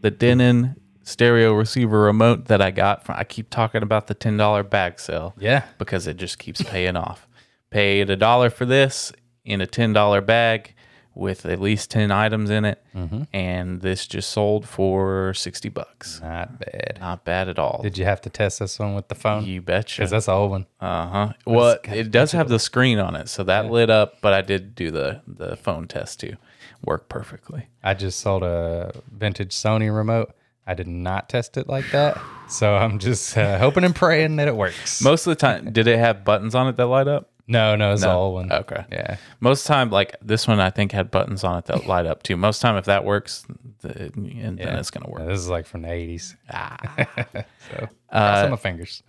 S1: the Denon stereo receiver remote that I got from. I keep talking about the ten dollar bag sale.
S2: yeah,
S1: because it just keeps paying off. Paid a dollar for this in a ten dollar bag with at least ten items in it,
S2: Mm-hmm.
S1: and this just sold for sixty bucks.
S2: not bad.
S1: Not bad at all.
S2: Did you have to test this one with the phone?
S1: you
S2: Because
S1: betcha.
S2: that's an old one.
S1: Uh huh. Well, it does have the screen on it, so that lit up. But I did do the the phone test too. Worked perfectly.
S2: I just sold a vintage Sony remote. I did not test it like that. So I'm just uh, hoping and praying that it works.
S1: Most of the time, did it have buttons on it that light up?
S2: no, no, it's all old one.
S1: Okay.
S2: Yeah.
S1: Most time, like this one, I think had buttons on it that light up too. Most time, if that works, the, and then it's gonna work.
S2: This is like from the 80s.
S1: Ah. Uh,
S2: So cross my fingers.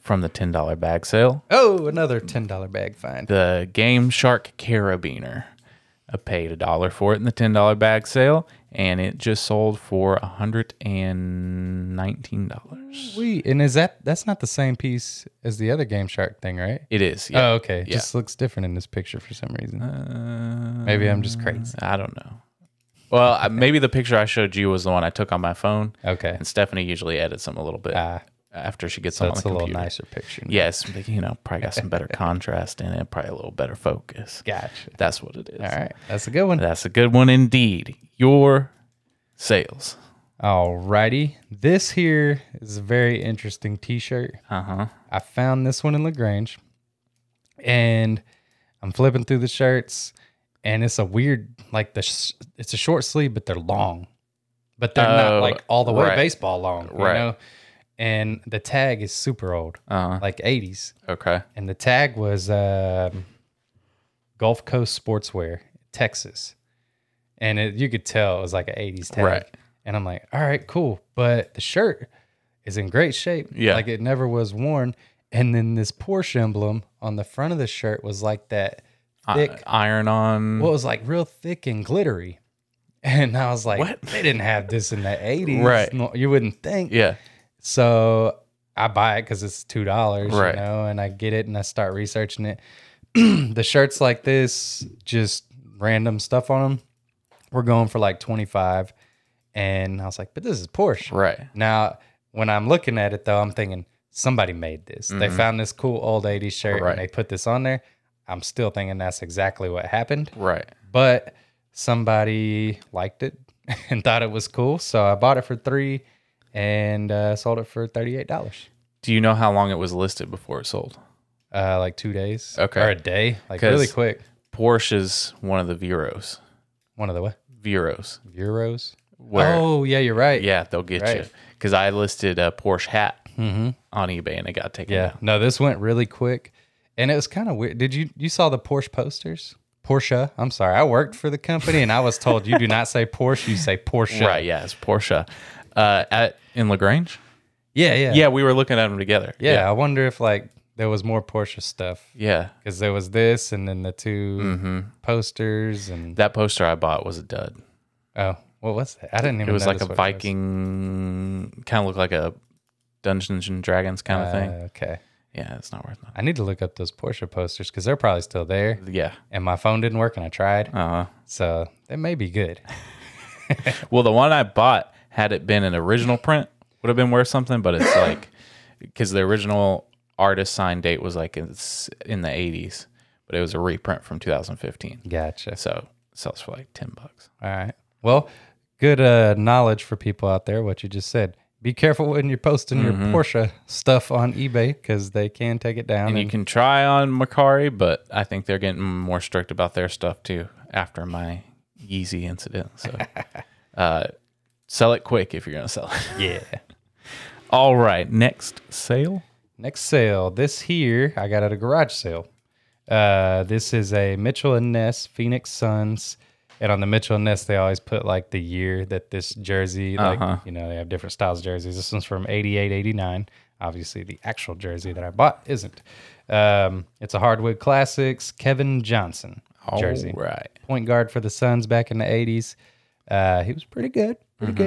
S1: from the ten dollar bag sale.
S2: Oh, another $10 bag find.
S1: the Game Shark Carabiner. I paid a dollar for it in the ten dollar bag sale, and it just sold for hundred and nineteen dollars.
S2: Sweet. And is that, that's not the same piece as the other Game Shark thing, right?
S1: It is.
S2: Oh,
S1: Yeah.
S2: okay. It
S1: Yeah. Uh,
S2: Just looks different in this picture for some reason. Maybe I'm just crazy.
S1: I don't know. Well, I- maybe the picture I showed you was the one I took on my phone.
S2: Okay.
S1: And Stephanie usually edits them a little bit
S2: Ah.
S1: after she gets them on
S2: That's
S1: the
S2: a little
S1: computer.
S2: nicer picture. now.
S1: Yes, but, you know, probably got some better contrast in it, probably a little better focus.
S2: Gotcha.
S1: That's what it is.
S2: All right. That's a good one.
S1: That's a good one indeed. Your sales.
S2: Alrighty. This here is a very interesting t shirt.
S1: Uh huh.
S2: I found this one in LaGrange and I'm flipping through the shirts and it's a weird, like the, sh- it's a short sleeve, but they're long. but they're
S1: Oh,
S2: not like all the way
S1: right.
S2: baseball long, you
S1: Right.
S2: know. And the tag is super old,
S1: Uh-huh.
S2: like '80s,
S1: Okay.
S2: and the tag was um, Gulf Coast Sportswear, Texas, and it, you could tell it was like an '80s tag.
S1: Right.
S2: And I'm like, all right, cool, but the shirt is in great shape.
S1: Yeah.
S2: like it never was worn. And then this Porsche emblem on the front of the shirt was like that thick
S1: I- iron on.
S2: well, it was like real thick and glittery. And I was like,
S1: What?
S2: they didn't have this in the 80s.
S1: Right.
S2: No, you wouldn't think.
S1: yeah.
S2: So I buy it because it's $2,
S1: Right.
S2: you know, and I get it and I start researching it. the shirts like this, just random stuff on them, we're going for like 25 And I was like, but this is Porsche.
S1: Right.
S2: Now, when I'm looking at it though, I'm thinking somebody made this. They found this cool old 80s shirt
S1: Mm-hmm. Right.
S2: and they put this on there. I'm still thinking that's exactly what happened
S1: Right.
S2: but somebody liked it and thought it was cool, so I bought it for three and uh, sold it for thirty-eight dollars.
S1: Do you know how long it was listed before it sold?
S2: Uh, like two days,
S1: Okay.
S2: or a day, like
S1: 'Cause-
S2: really quick.
S1: Porsche is one of the Veros.
S2: One of the what?
S1: Veros.
S2: Euros.
S1: Where,
S2: Oh yeah, you're right.
S1: yeah, they'll get you.
S2: Right. Mm-hmm.
S1: Because I listed a Porsche hat on eBay and it got taken
S2: yeah.
S1: down.
S2: No, this went really quick, and it was kind of weird. Did you you saw the Porsche posters? Porsche. I'm sorry, I worked for the company, and I was told you do not say Porsche, you say Porsche.
S1: Right. Yeah. It's Porsche. Uh, at in Lagrange.
S2: Yeah, yeah,
S1: Yeah, we were looking at them together.
S2: yeah. I wonder if like there was more Porsche stuff.
S1: Yeah.
S2: because there was this and then the 2
S1: Mm-hmm.
S2: posters and
S1: That poster I bought was a dud.
S2: oh what was that i didn't even
S1: It was like a
S2: notice what
S1: Viking, kind of looked like a Dungeons and Dragons kind
S2: was.
S1: of thing.
S2: Uh, okay
S1: Yeah, it's not worth nothing.
S2: i need to look up those porsche posters because they're probably still there
S1: Yeah.
S2: and my phone didn't work and i tried
S1: Uh,
S2: so they may be good
S1: well, the one I bought, had it been an original print, would have been worth something, but it's like, because the original artist sign date was like it's in the 80s, but it was a reprint from 2015.
S2: gotcha
S1: So it sells for like 10 bucks.
S2: all right well good uh, knowledge for people out there what you just said be careful when you're posting your porsche stuff on ebay because they can take it
S1: Mm-hmm.
S2: down
S1: And you
S2: and-
S1: can try on Macari, but I think they're getting more strict about their stuff too after my Yeezy incident. So uh, sell it quick if you're going to sell it.
S2: yeah
S1: All right, next sale.
S2: Next sale. This here, I got at a garage sale. Uh, this is a Mitchell and Ness Phoenix Suns. And on the Mitchell and Ness, they always put like the year that this jersey, like,
S1: Uh-huh.
S2: you know, they have different styles of jerseys. This one's from 88, 89. Obviously, the actual jersey that I bought isn't. Um, it's a Hardwood Classics Kevin Johnson jersey
S1: All right.
S2: point guard for the Suns back in the eighties. Uh, he was pretty good, pretty
S1: Mm-hmm.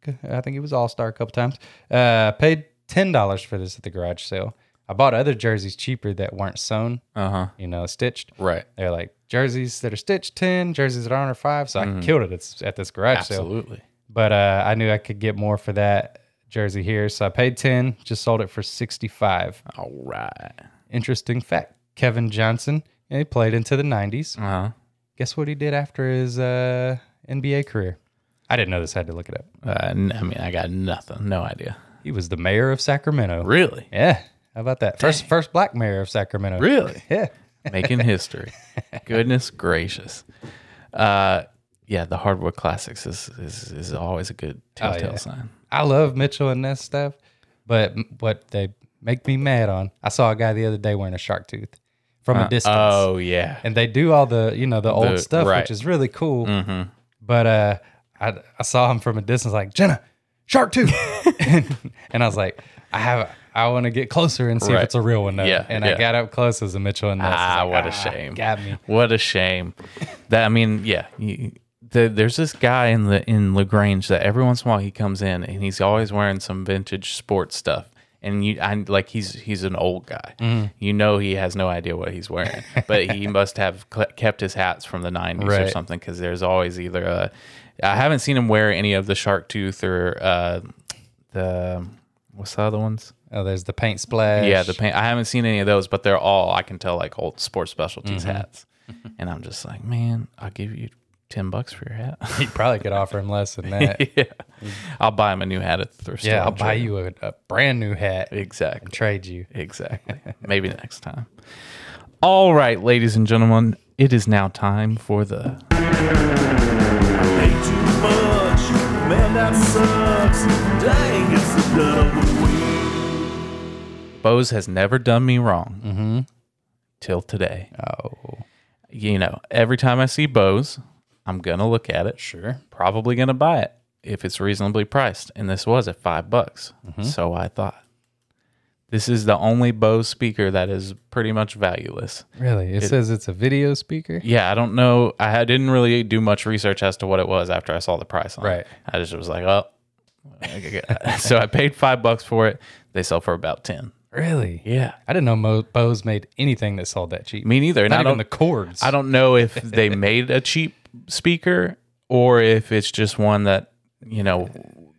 S2: good. I think he was All Star a couple times. Uh, paid ten dollars for this at the garage sale. I bought other jerseys cheaper that weren't sewn,
S1: Uh huh.
S2: you know, stitched.
S1: Right.
S2: They're like jerseys that are stitched ten, jerseys that aren't are five. So I killed it at, s- at this garage sale.
S1: Mm-hmm. Absolutely.
S2: But uh, I knew I could get more for that jersey here, so I paid ten. Just sold it for sixty five.
S1: All right.
S2: Interesting fact: Kevin Johnson, he played into the nineties
S1: Uh huh.
S2: guess what he did after his uh, NBA career? I didn't know this. I had to look it up.
S1: Uh, n- I mean, I got nothing. No idea.
S2: He was the mayor of Sacramento.
S1: Really?
S2: Yeah. How about that? First, first black mayor of Sacramento.
S1: Really?
S2: Yeah.
S1: Making history. Goodness gracious. Uh, yeah, the hardwood classics is is, is always a good telltale
S2: Oh, yeah.
S1: sign.
S2: I love Mitchell and Ness stuff, but m- what they make me mad on, I saw a guy the other day wearing a shark tooth from a distance,
S1: Oh yeah.
S2: and they do all the you know the old
S1: The-
S2: stuff,
S1: right. Mm-hmm.
S2: which is really cool. But uh, I I saw him from a distance, like Jenna, shark tooth, and I was like, I have. I want to get closer and see
S1: Right.
S2: if it's a real one. Though.
S1: Yeah,
S2: and
S1: yeah.
S2: I got up close as a Mitchell and Ness. It's
S1: Ah,
S2: like,
S1: what a shame.
S2: Got me.
S1: What a shame. That I mean, yeah. You, the, there's this guy in the in Lagrange that every once in a while he comes in and he's always wearing some vintage sports stuff. And you, I like he's he's an old guy.
S2: Mm-hmm.
S1: You know he has no idea what he's wearing, but he must have cl- kept his hats from the '90s or
S2: Right.
S1: something. Because there's always either a, I haven't seen him wear any of the shark tooth or uh, the what's the other ones?
S2: Oh, there's the paint splash.
S1: Yeah, the paint. I haven't seen any of those, but they're all I can tell like old sports specialties
S2: Mm-hmm.
S1: hats. And I'm just like, man, I'll give you ten bucks for your hat.
S2: You probably could offer him less than that.
S1: yeah, I'll buy him a new hat at the thrift store.
S2: yeah, I'll
S1: and
S2: buy
S1: trade
S2: you a, a brand new hat.
S1: him. exactly,
S2: Trade you.
S1: exactly. Maybe next time. All right, ladies and gentlemen, it is now time for the
S4: Pay too much, man, that's
S1: Bose has never done me wrong till today.
S2: Mm-hmm. Oh,
S1: You know, every time I see Bose, I'm gonna look at it.
S2: sure.
S1: probably going to buy it if it's reasonably priced. And this was at five bucks.
S2: Mm-hmm.
S1: So I thought, this is the only Bose speaker that is pretty much valueless.
S2: Really? It, says it's a video speaker.
S1: Yeah, I don't know. I had- didn't really do much research as to what it was after I saw the price on
S2: Right.
S1: it. I just was like, oh. so I paid five bucks for it. They sell for about 10.
S2: Really?
S1: Yeah.
S2: I didn't know Mo- Bose made anything that sold that cheap.
S1: Me neither. And
S2: Not
S1: I
S2: even
S1: don't,
S2: the cords.
S1: I don't know if they made a cheap speaker or if it's just one that, you know,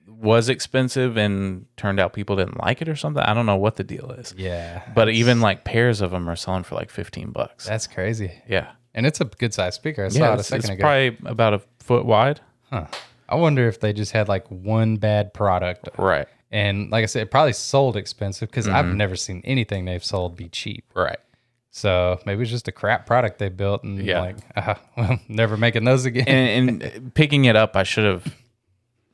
S1: was expensive and turned out people didn't like it or something. I don't know what the deal is.
S2: Yeah,
S1: But even like pairs of them are selling for like 15 bucks.
S2: that's crazy.
S1: yeah.
S2: And it's a good sized speaker. I saw
S1: Yeah.
S2: it a
S1: It's, it's
S2: second ago.
S1: probably about a foot wide.
S2: Huh. I wonder if they just had like one bad product.
S1: Right.
S2: And like I said, it probably sold expensive because
S1: Mm-hmm.
S2: I've never seen anything they've sold be cheap.
S1: Right.
S2: So maybe it's just a crap product they built and
S1: Yeah.
S2: like, ah, well, never making those again.
S1: And, and picking it up, I should have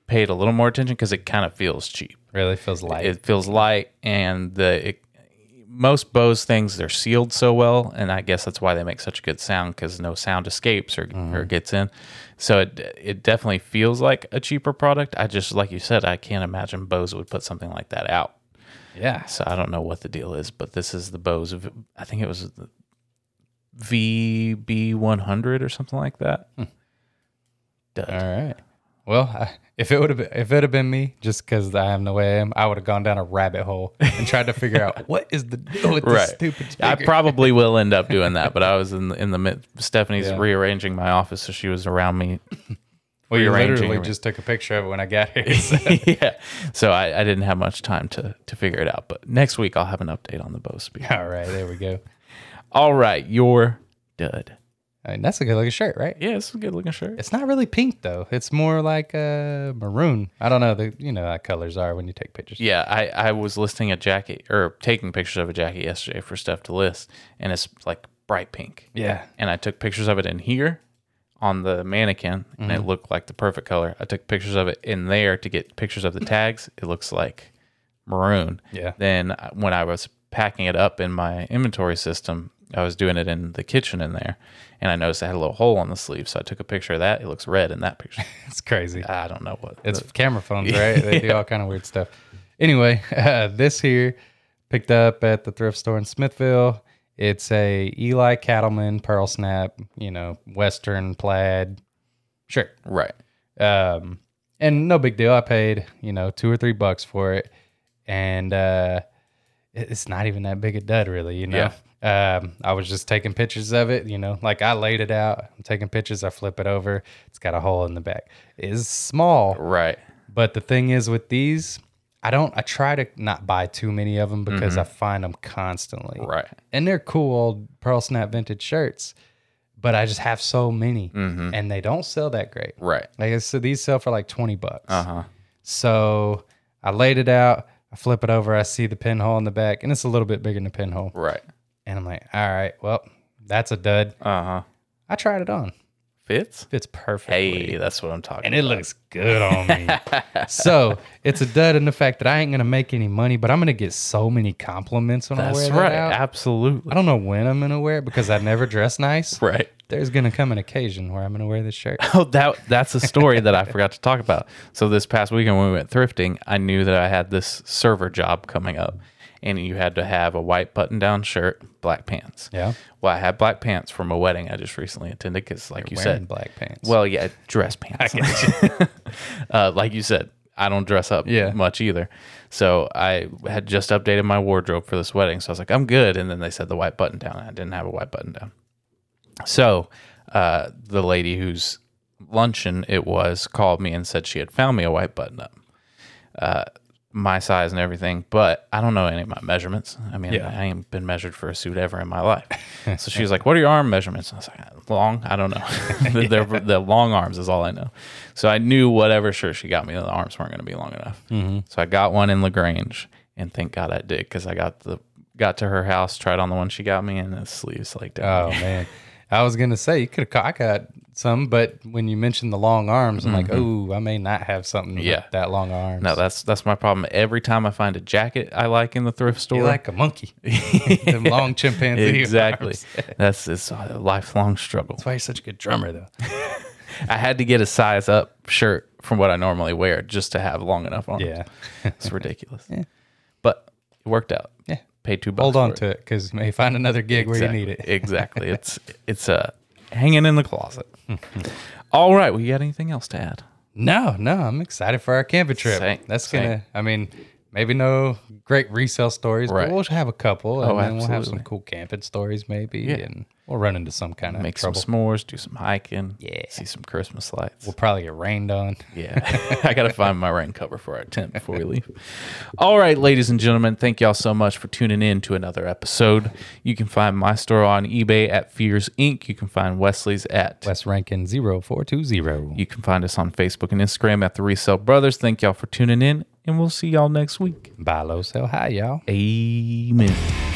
S1: paid a little more attention because it kind of feels cheap.
S2: really feels light.
S1: it feels light and the it, most Bose things they're sealed so well and I guess that's why they make such a good sound because no sound escapes or,
S2: Mm-hmm.
S1: or gets in so it it definitely feels like a cheaper product I just like you said I can't imagine Bose would put something like that out
S2: yeah.
S1: so I don't know what the deal is but this is the Bose of I think it was the VB100 or something like that Dud.
S2: All right. Well, I, if it would have been, if it had been me, just because I am the way I am, I would have gone down a rabbit hole and tried to figure out what is the deal with this stupid
S1: I
S2: speaker.
S1: probably will end up doing that, but I was in the, in the mid. Stephanie's
S2: Yeah.
S1: rearranging my office, so she was around me.
S2: well, you
S1: rearranging
S2: literally
S1: everything.
S2: just took a picture of it when I got here. so-
S1: yeah, so I, I didn't have much time to to figure it out. But next week I'll have an update on the Bose speaker.
S2: All right, there we go.
S1: All right, your dud.
S2: I mean, that's a good looking shirt, right?
S1: Yeah, it's a good looking shirt.
S2: It's not really pink though. It's more like uh, maroon. I don't know. The you know how colors are when you take pictures.
S1: Yeah, I I was listing a jacket or taking pictures of a jacket yesterday for stuff to list, and it's like bright pink.
S2: Yeah.
S1: and I took pictures of it in here on the mannequin, and
S2: Mm-hmm.
S1: it looked like the perfect color. I took pictures of it in there to get pictures of the tags. It looks like maroon.
S2: Yeah.
S1: Then I- when I was packing it up in my inventory system, I was doing it in the kitchen in there, and I noticed I had a little hole on the sleeve. So I took a picture of that. It looks red in that picture.
S2: It's crazy.
S1: I don't know what.
S2: It's camera phones, right? They do all kind of weird stuff. Anyway, uh, this here picked up at the thrift store in Smithville. It's a Eli Cattleman pearl snap, you know, Western plaid shirt.
S1: right.
S2: Um, and no big deal. I paid, you know, two or three bucks for it. And uh, it- it's not even that big a dud, really, you know? Um, I was just taking pictures of it, you know, like I laid it out. I'm taking pictures. I flip it over. It's got a hole in the back. It's small.
S1: Right.
S2: But the thing is with these, I don't. I try to not buy too many of them because I find them constantly.
S1: Right.
S2: And they're cool old Pearl Snap vintage shirts, but I just have so many, and they don't sell that great.
S1: Right.
S2: Like I said, these sell for like twenty bucks.
S1: Uh huh.
S2: So I laid it out. I flip it over. I see the pinhole in the back, and it's a little bit bigger than the pinhole.
S1: Right.
S2: And I'm like, all right, well, that's a dud.
S1: Uh huh.
S2: I tried it on.
S1: Fits.
S2: Fits perfectly
S1: Hey, that's what I'm talking.
S2: and it looks good on me. so it's a dud in the fact that I ain't gonna make any money, but I'm gonna get so many compliments when I
S1: That's
S2: wear that
S1: right.
S2: out. I
S1: Absolutely.
S2: don't know when I'm gonna wear it because I never dress nice.
S1: Right.
S2: There's gonna come an occasion where I'm gonna wear this shirt.
S1: Oh, that that's a story that I forgot to talk about. So this past weekend when we went thrifting, I knew that I had this server job coming up, and you had to have a white button-down shirt, black pants.
S2: Yeah.
S1: Well, I had black pants from a wedding I just recently attended because, like you
S2: Wearing
S1: said,
S2: black pants.
S1: well, yeah, dress pants. uh, like you said, I don't dress up
S2: Yeah.
S1: much either. So I had just updated my wardrobe for this wedding. So I was like, I'm good. And then they said the white button down. I didn't have a white button down. So uh, the lady whose luncheon it was called me and said she had found me a white button up. Uh, my size and everything, but I don't know any of my measurements. I mean, I ain't been measured for a suit ever in my life. So she was like, "What are your arm measurements?" And I was like, "Long? I don't know. They're the long arms is all I know." So I knew whatever shirt she got me, the arms weren't going to be long enough.
S2: Mm-hmm.
S1: So I got one in Lagrange, and thank God I did because I got the got to her house, tried on the one she got me, and the sleeves like down.
S2: oh man, I was gonna say you could have. I got some, but when you mention the long arms, I'm like, oh, I may not have something with
S1: Mm-hmm. Yeah.
S2: that long arms.
S1: No, that's that's my problem. Every time I find a jacket I like in the thrift store,
S2: You're like a monkey. Them long chimpanzee.
S1: exactly.
S2: arms.
S1: that's it's a lifelong struggle.
S2: That's why you're such a good drummer, though.
S1: I had to get a size up shirt from what I normally wear just to have long enough arms.
S2: Yeah.
S1: it's ridiculous. But it worked out.
S2: Yeah.
S1: paid two bucks.
S2: Hold
S1: for
S2: on
S1: it.
S2: to it because you may find another gig where
S1: exactly.
S2: you need it.
S1: exactly. It's it's uh, hanging in the closet. All right. We got anything else to add?
S2: No, no, I'm excited for our camping trip.
S1: Same,
S2: That's
S1: same.
S2: gonna. I mean, maybe no great resale stories,
S1: Right.
S2: but we'll have a couple, and
S1: Oh,
S2: then we'll have some
S1: absolutely.
S2: cool camping stories, maybe, and we'll run into some kind of
S1: Make
S2: trouble.
S1: some s'mores, do some hiking.
S2: Yeah.
S1: See some Christmas lights.
S2: we'll probably get rained on.
S1: Yeah, I got to find my rain cover for our tent before we leave. All right, ladies and gentlemen, thank y'all so much for tuning in to another episode. You can find my store on eBay at Fears Inc. You can find Wesley's at.
S2: West Rankin 0420.
S1: You can find us on Facebook and Instagram at The Resell Brothers. Thank y'all for tuning in, and we'll see y'all next week.
S2: Buy low, sell high, y'all.
S1: Amen.